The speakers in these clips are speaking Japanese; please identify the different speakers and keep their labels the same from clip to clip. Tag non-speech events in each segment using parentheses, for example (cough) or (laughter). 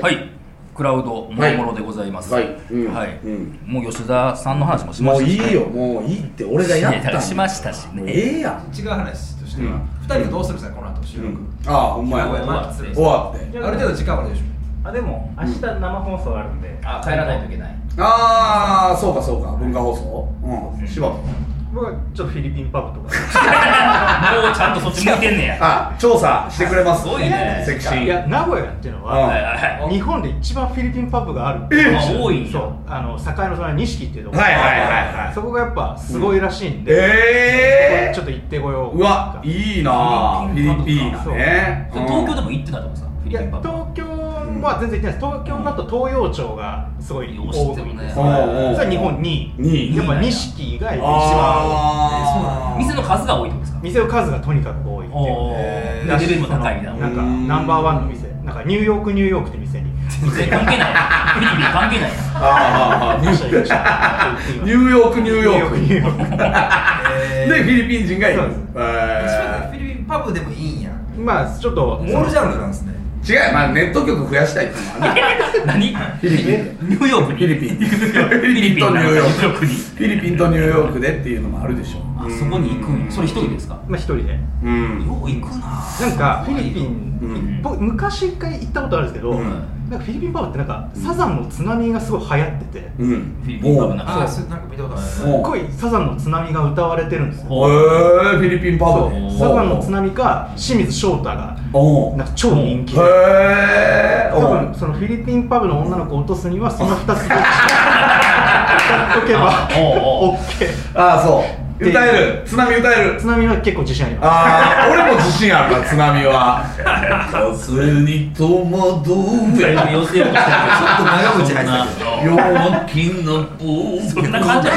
Speaker 1: はいクラウドもろもろでございます
Speaker 2: はいうん
Speaker 1: はい
Speaker 2: うん
Speaker 1: もう吉田さんの話もしま
Speaker 2: も
Speaker 1: し
Speaker 2: う
Speaker 1: たし
Speaker 2: い
Speaker 1: ね
Speaker 2: いよもういいって俺がやっ
Speaker 1: いやだか
Speaker 2: た
Speaker 1: ら
Speaker 2: ん
Speaker 1: しましたしね
Speaker 2: もうええやん
Speaker 3: 違う話としては、
Speaker 2: うん
Speaker 3: 二人はどうするんですかこの後収録、
Speaker 2: ああほんまや
Speaker 3: 名古屋祭り
Speaker 2: 終わって
Speaker 3: ある程度時間はあるでしょ
Speaker 4: あでも明日生放送あるんで、
Speaker 5: あ帰らないといけ (laughs) ない
Speaker 2: ああそうかそうか文化放送うん柴田
Speaker 4: 僕はちょっとフィリピンパブとか
Speaker 5: もうちゃんとそっち向いてんね
Speaker 2: (laughs)
Speaker 5: や
Speaker 2: あ調査してくれます
Speaker 5: すごいね
Speaker 2: セクシー
Speaker 4: いや名古屋っていうの
Speaker 2: あ
Speaker 4: は
Speaker 5: はいはいはい
Speaker 4: 日本で一番フィリピンパブがある
Speaker 5: えあ多いんや
Speaker 4: そうあの境のその錦っていうところ、
Speaker 2: はいはいはいはい
Speaker 4: そこがやっぱすごいらしいんで、
Speaker 2: ええ
Speaker 4: ちょっと行ってこよう
Speaker 2: うわいいなフィリピンだね
Speaker 5: で東京で
Speaker 2: も
Speaker 5: も行ってたとかさ
Speaker 4: い
Speaker 5: フィリ
Speaker 4: や
Speaker 5: ピンパブ
Speaker 4: 東京は全然行ってないです東京だと東洋町がすごい多いんです
Speaker 5: う
Speaker 4: よ、
Speaker 5: ん
Speaker 4: それは日本2位
Speaker 2: に
Speaker 4: やっぱ錦が一番
Speaker 5: えそうなんだ店の数が多いってことですか
Speaker 4: 店の数がとにかく多いっていう
Speaker 5: お
Speaker 2: え
Speaker 5: ー
Speaker 2: ー
Speaker 5: レベルも高いみたい
Speaker 4: な
Speaker 5: なん
Speaker 4: かナンバーワンの店なんかニューヨークニューヨークって店に
Speaker 5: 全然関係ないフィリピン関係
Speaker 2: (laughs)
Speaker 5: ない
Speaker 2: ああああ
Speaker 4: 行きました行きましたって言って
Speaker 2: ニューヨークニューヨーク
Speaker 4: ニューヨークニューヨ
Speaker 2: でフィリピン人がいる
Speaker 4: そうです
Speaker 2: え
Speaker 3: フィリピンパブでもいいんや
Speaker 4: クまあちょっと
Speaker 3: モールジャンルなんですね
Speaker 2: ー違うまあネット局増やしたいっていうのはね
Speaker 5: 何
Speaker 2: フィリピンで
Speaker 5: ニューヨークに
Speaker 2: フィリピン
Speaker 5: フィリピンなんかニューヨークに
Speaker 2: フィリピンとニューヨークでっていうのもあるでしょ
Speaker 5: あそこに行くんやそれ一人ですかよ
Speaker 4: まあ一人で
Speaker 2: うん
Speaker 5: う行くな
Speaker 4: なんかフィリピン、
Speaker 2: うん
Speaker 4: 僕昔一回行ったことあるんですけど、
Speaker 2: うん
Speaker 4: なんかフィリピンパブってなんかサザンの津波がすごい流行ってて、
Speaker 2: うん
Speaker 5: フィリピンパブ
Speaker 2: へ
Speaker 5: なん
Speaker 3: ああ
Speaker 5: か
Speaker 3: それなんか見たことある
Speaker 4: すっごいサザンの津波が歌われてるんですよ
Speaker 2: えーフィリピンパ
Speaker 4: そ
Speaker 2: ブ
Speaker 4: う
Speaker 2: で
Speaker 4: サザンの津波か清水翔太が
Speaker 2: おう
Speaker 4: なんか超人気で
Speaker 2: へえ
Speaker 4: 多分そのフィリピンパブの女の子を落とすにはその2つで歌っとけば
Speaker 5: おうおう
Speaker 4: OK
Speaker 2: ああそう歌える津波歌える
Speaker 4: 津波は結構自信あります
Speaker 2: ああ俺も自信あるな津波は風に戸惑う
Speaker 5: 寄せようとしてるけどちょっ
Speaker 3: と長渕入って
Speaker 5: た
Speaker 2: 陽気のポーズ
Speaker 5: そんな感じや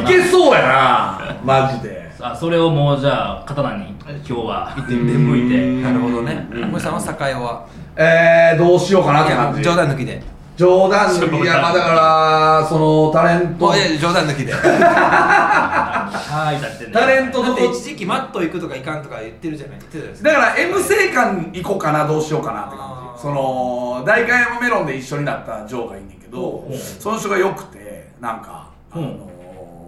Speaker 5: ね
Speaker 2: いけそうやなマジで
Speaker 5: さあそれをもうじゃあ刀に今日は行って
Speaker 2: みて
Speaker 5: 向いて
Speaker 3: なるほどね
Speaker 2: うん
Speaker 3: 森さんは酒屋は
Speaker 2: えー、どうしようかなって感
Speaker 3: い
Speaker 2: じ
Speaker 3: や冗談抜きで
Speaker 2: 冗談抜きいやまあだからそのタレン
Speaker 3: も
Speaker 2: ト
Speaker 3: ういや冗談抜きで
Speaker 5: はいだってね
Speaker 2: タレント
Speaker 3: だ
Speaker 2: の
Speaker 3: っ
Speaker 2: こ
Speaker 3: て一時期マット行くとか行かんとか言ってるじゃない言ってたじゃないです
Speaker 2: だか
Speaker 3: か
Speaker 2: ら M 生館行こうかなどうしようかなって感
Speaker 3: あー
Speaker 2: じその代官山メロンで一緒になったジョーがいんねんけど
Speaker 5: うん
Speaker 2: その人がよくてなんか、あの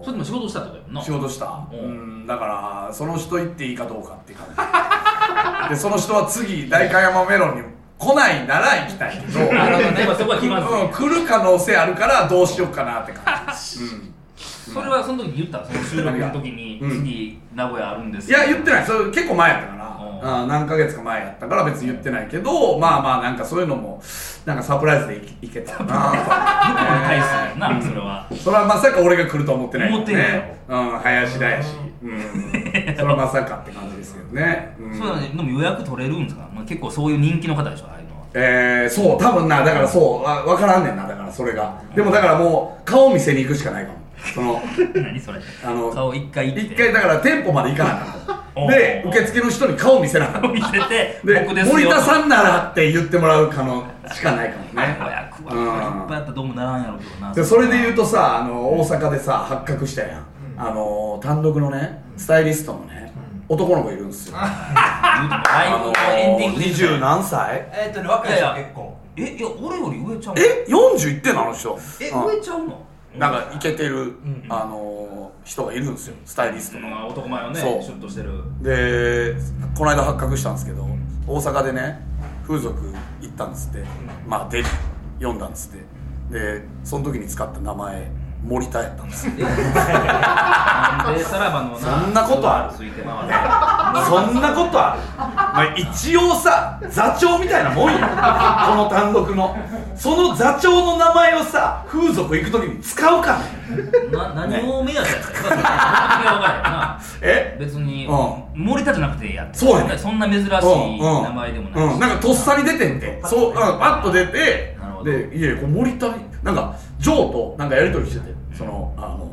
Speaker 5: それでも仕事したってことやもんな
Speaker 2: 仕事したう
Speaker 5: うん
Speaker 2: んだからその人行っていいかどうかって感じ (laughs) でその人は次代官山メロンに来ないなら行きたいけど、
Speaker 5: なるほどね (laughs) まあそこは決まずい
Speaker 2: うん、来る可能性あるからどうしようかなって感じ、うん
Speaker 5: それはその時言ったその収録の時に
Speaker 2: うん
Speaker 5: 次名古屋あるんです
Speaker 2: いや言って
Speaker 5: ない
Speaker 2: ないそれ結構前やったから
Speaker 5: う
Speaker 2: あー何ヶ月か前やったから別に言ってないけどまあまあなんかそういうのもなんかサプライズでいけいけたら
Speaker 5: 向こ
Speaker 2: な
Speaker 5: うに対するなそれは
Speaker 2: (laughs) それはまさか俺が来るとは思ってない
Speaker 5: 思ってないよ
Speaker 2: うん林田やし、うん、それはまさかって感じですけどね、うん
Speaker 5: そうだねでも予約取れるんですかまあ結構そういう人気の方でしょああいうのは
Speaker 2: えー、そう多分なだからそうあ分からんねんなだからそれがでもだからもう顔見せに行くしかないかもそ
Speaker 5: (laughs)
Speaker 2: の
Speaker 5: 何それ
Speaker 2: あの
Speaker 5: 顔一回行って
Speaker 2: 一回だから店舗まで行かなあかんとで
Speaker 5: おう
Speaker 2: 受付の人に顔見せなあかん
Speaker 5: 見せて
Speaker 2: で
Speaker 5: 僕ですよ
Speaker 2: 森田さんならって言ってもらう可能しかないかもね
Speaker 5: 予約は
Speaker 2: うん
Speaker 5: いっぱいあったらどうもならんやろうけどな
Speaker 2: でそれで言うとさあの大阪でさ発覚したやん、あの単独のねスタイリストのね、男の子いるんですよ、
Speaker 5: 言うてもライブのエンディングで
Speaker 2: 二十何歳
Speaker 3: えっとね若い
Speaker 5: いや
Speaker 3: 人
Speaker 5: いや
Speaker 3: 結婚
Speaker 5: えいや俺より上ちゃうの
Speaker 2: え四40いってんのあの人
Speaker 5: え
Speaker 2: うん
Speaker 5: 上ちゃうの
Speaker 2: なんかイケてる、あの人がいるんですよスタイリストの、
Speaker 5: まあ男前のね
Speaker 2: そう
Speaker 5: シュッとしてる
Speaker 2: でこの間発覚したんですけど大阪でね風俗行ったんですって、まあデビュー読んだんですってでその時に使った名前森田やったんですよ
Speaker 5: なんでさらばのな
Speaker 2: そんなことある
Speaker 5: ついて回って
Speaker 2: そんなことある、まあ、一応さ座長みたいなもんやこの単独のその座長の名前をさ風俗行く時に使うかね
Speaker 5: な何を目当てやったんですかそれ何が分からへんな
Speaker 2: え
Speaker 5: (laughs) 別に
Speaker 2: う
Speaker 5: 森田じゃなくてやって
Speaker 2: そうやね
Speaker 5: そんな珍しい
Speaker 2: うんうん
Speaker 5: 名前でもない
Speaker 2: うん、
Speaker 5: し
Speaker 2: なんかとっさに出てんてそう、うん、パッと出て
Speaker 5: なるほど
Speaker 2: でいえこう森田になんかジョーとなんかやり取りしててそのあの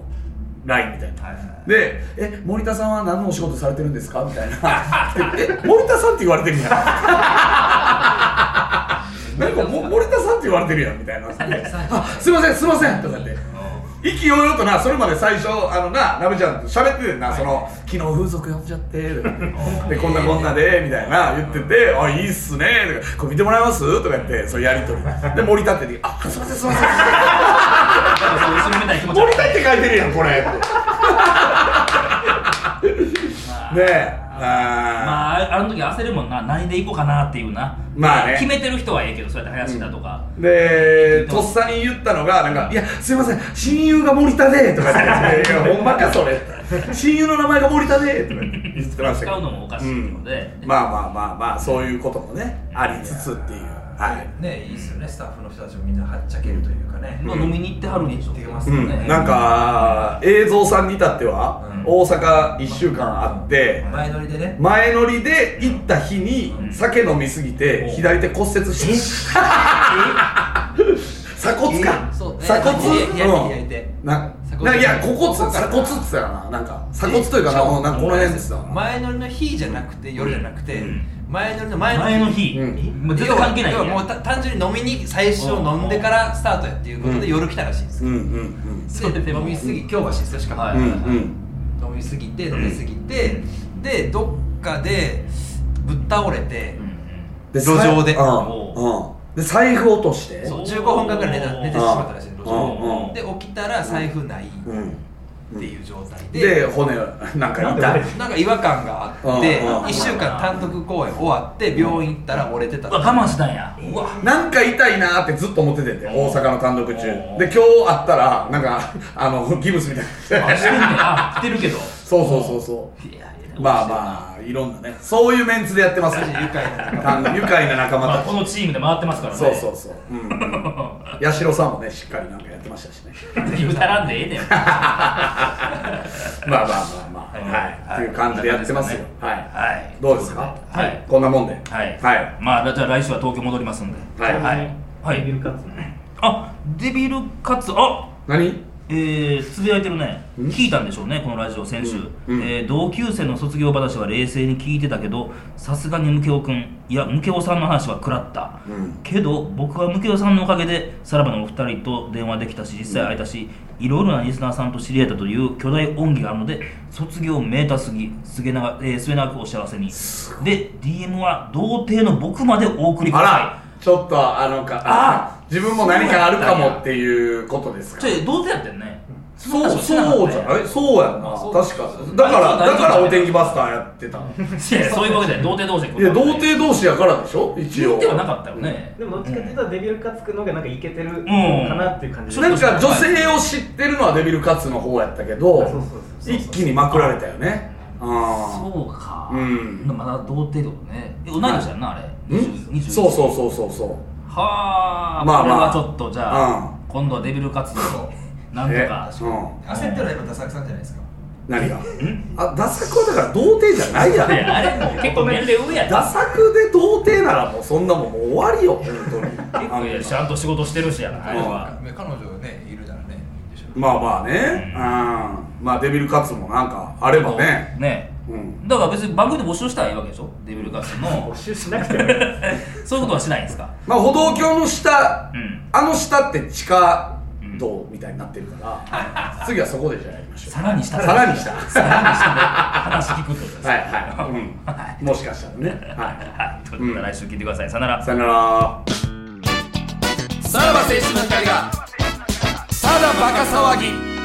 Speaker 2: LINE みたいな、
Speaker 5: はいはいはい
Speaker 2: で「え森田さんは何のお仕事されてるんですか?」みたいな (laughs) 「え森田さん」って言われてるやん
Speaker 5: (laughs)
Speaker 2: なんかも森田さんって言われてるやんみたいな「あすいませんすいません」とかって「意気揚々となそれまで最初あのなラブちゃんと喋っててんな、その昨日風俗呼んじゃって (laughs) とかでこんなこんなでみたいな言ってて「あいいっすね」とか「これ見てもらえます?」とか言ってそういうやり取りで盛り立ってて「あすいませんすいません」
Speaker 6: 後ろめたい気持
Speaker 2: (laughs)
Speaker 6: ち
Speaker 2: 盛り立って書いてるやんこれ (laughs) ってねえあ
Speaker 5: まあああの時焦るもんな何で行こうかなっていうな
Speaker 2: まあね
Speaker 5: 決めてる人はええけどそうやって林だとか、
Speaker 2: ーでとっさに言ったのがなんか「いやすいません親友が森田で」とか言 (laughs) って「いやほんまかそれ」親友の名前が森田で」とか言ってましたけ
Speaker 5: 使うの
Speaker 2: ど
Speaker 5: もおかしいので、
Speaker 2: まあまあまあまあそういうこともねありつつっていうはい
Speaker 3: ねいいっすよねスタッフの人たちもみんなはっちゃけるというかね
Speaker 5: まあ飲みに行ってはるでしょ
Speaker 3: 行ってます
Speaker 2: う
Speaker 3: よ
Speaker 2: ん
Speaker 3: ね、
Speaker 2: なんか映像さんに至っては
Speaker 3: うん
Speaker 2: 大阪1週間あって
Speaker 3: 前乗りでね
Speaker 2: 前乗りで行った日に酒飲みすぎて左手骨折して鎖骨か
Speaker 3: そうね
Speaker 2: 鎖骨
Speaker 3: 左手左手左手
Speaker 2: うんな
Speaker 3: 鎖
Speaker 2: な
Speaker 3: 骨
Speaker 2: いや股骨鎖骨って言ってたよななんか鎖骨というかなもうなんかこの辺って言ってたよな
Speaker 3: 前乗りの日じゃなくて夜じゃなくて、
Speaker 5: ん
Speaker 3: 前乗りの前
Speaker 5: 前の日、
Speaker 2: うん
Speaker 5: もう全然関係ない
Speaker 3: 要
Speaker 5: や
Speaker 3: は
Speaker 5: ん
Speaker 3: もうた単純に飲みに最初飲んでからスタートやっていうことで
Speaker 2: うん
Speaker 3: 夜来たらしいんです
Speaker 2: う
Speaker 3: よ、
Speaker 2: んうん
Speaker 5: そう
Speaker 3: で飲みすぎ京橋ですよしかも、
Speaker 5: はい
Speaker 2: うんうんうん
Speaker 3: 飲みすぎて飲みすぎて、でどっかでぶっ倒れて
Speaker 5: う、
Speaker 2: で
Speaker 3: 路上で
Speaker 2: さうんうんで財布落として
Speaker 3: そう15分間ぐらい寝た寝てしまったらしい路上
Speaker 2: うんうん
Speaker 3: で起きたら財布ないっ
Speaker 2: うん
Speaker 3: ていう状態で、
Speaker 2: で骨なんか
Speaker 4: なんで
Speaker 2: 痛
Speaker 4: 俺
Speaker 2: い
Speaker 3: なんか違和感があって
Speaker 2: うんうん
Speaker 3: 1週間単独公演終わって病院行ったら折れてた
Speaker 5: んうわ我慢したんや
Speaker 3: うわ
Speaker 2: なんか痛いなーってずっと思っててんて大阪の単独中で今日会ったらなんかあのギブスみたいな (laughs)
Speaker 5: あしてんねんあ来てるけど
Speaker 2: そうそうそうそ
Speaker 5: いやいや
Speaker 2: うまあまあいろんなねそういうメンツでやってますね
Speaker 3: 愉快な仲
Speaker 2: 単愉快な仲
Speaker 5: ま
Speaker 2: 間
Speaker 5: あ
Speaker 2: た
Speaker 5: こ
Speaker 2: ち
Speaker 5: のチームで回ってますからね
Speaker 2: そうそうそううんうん八代さんもねしっかりなんかやってましたしね
Speaker 5: (laughs) 言うたらんでええねん
Speaker 2: まあまあまあまあはいっていう感じでやってますよはい
Speaker 5: はい
Speaker 2: どうですか
Speaker 5: はい
Speaker 2: こんなもんでは
Speaker 5: はい、
Speaker 2: はい
Speaker 5: まあじゃあ来週は東京戻りますんで
Speaker 2: はい
Speaker 5: はい
Speaker 4: ビルカツ
Speaker 5: あデビルカツあ
Speaker 2: 何
Speaker 5: えー、つぶやいてるね
Speaker 2: ん
Speaker 5: 聞いたんでしょうねこのラジオ先週、
Speaker 2: うんうん
Speaker 5: えー同級生の卒業話は冷静に聞いてたけどさすがにムケオくんいやムケオさんの話は食らった、
Speaker 2: うん
Speaker 5: けど僕はムケオさんのおかげでさらばのお二人と電話できたし実際会えたし、いろいろなリスナーさんと知り合えたという巨大恩義があるので卒業めでたすぎ末永,、えー末永くお幸せにで DM は童貞の僕までお送りく
Speaker 2: あ
Speaker 5: だ
Speaker 2: ら
Speaker 5: さ
Speaker 2: ちょっとあのか
Speaker 5: あ
Speaker 2: 自分も何かあるかもっていうことです
Speaker 5: い
Speaker 2: か
Speaker 5: ちょ童貞やってんね
Speaker 2: そう、
Speaker 5: そんな
Speaker 2: そ
Speaker 5: 話
Speaker 2: うじ
Speaker 5: してなか
Speaker 2: ゃ
Speaker 5: った
Speaker 2: ないそうやんな。
Speaker 3: そう
Speaker 2: 確か。だから、
Speaker 5: 大丈夫大
Speaker 2: だか
Speaker 5: 丈
Speaker 2: ら
Speaker 5: 夫
Speaker 2: お天気バスターやってたの。
Speaker 5: いやいやそういうわけじゃない童貞同士
Speaker 2: いや、童貞同士やからでしょ一
Speaker 5: 言
Speaker 2: 応
Speaker 5: って。はなかったよね、
Speaker 4: でもどっちかっていうとデビルカツくの方がなんかいけてるかなっていう感じ
Speaker 5: うん
Speaker 4: で、
Speaker 2: なんか女性を知ってるのはデビルカツの方やったけ
Speaker 4: あそう
Speaker 2: ど
Speaker 4: そうそう、
Speaker 2: 一気にまくられたよね。あ
Speaker 5: そうか、
Speaker 2: うん
Speaker 5: まだ童貞ってことねえ同い年やんなあ
Speaker 2: あ。
Speaker 5: れ
Speaker 2: ん
Speaker 5: 20
Speaker 2: そうそうそうそうそう。
Speaker 5: はあ
Speaker 2: まあまあ
Speaker 5: これはちょっとじゃあ、
Speaker 2: うん
Speaker 5: 今度はデビル活動となんと
Speaker 2: え
Speaker 5: か
Speaker 2: うん。
Speaker 3: 焦ってるのは今ダサくさんじゃないですか
Speaker 2: 何があ、ダサくはだから童貞じゃないや
Speaker 5: いや
Speaker 2: ろ。
Speaker 5: あれもう結構年齢上や
Speaker 2: ダサくで童貞ならもうそんなもんもう終わりよ、本当に。あの
Speaker 5: いやちゃんと仕事してるしやなあれは
Speaker 3: 彼女ねいるならねいいんでしょ
Speaker 2: (laughs)
Speaker 3: う
Speaker 2: まあまあね。うん。まあデビルカツもなんかあればね。
Speaker 5: ね
Speaker 2: うん、
Speaker 5: だから別に番組で募集したらいいわけでしょデビル活動の
Speaker 2: (laughs)
Speaker 4: 募集しなくてもいい
Speaker 5: そういうことはしないんですか
Speaker 2: まあ歩道橋の下、
Speaker 5: うん
Speaker 2: あの下って地下道みたいになってる (laughs) から、次はそこでじゃあやりましょう
Speaker 5: さらにした
Speaker 2: さらに (laughs) 下
Speaker 5: さら
Speaker 2: は
Speaker 5: にしたで話聞くってことです
Speaker 2: いはい、うん、もしかしたらねは
Speaker 5: はいということで来週聞いてくださいさよなら
Speaker 2: いさよならさらば青春の光がただバカ騒ぎ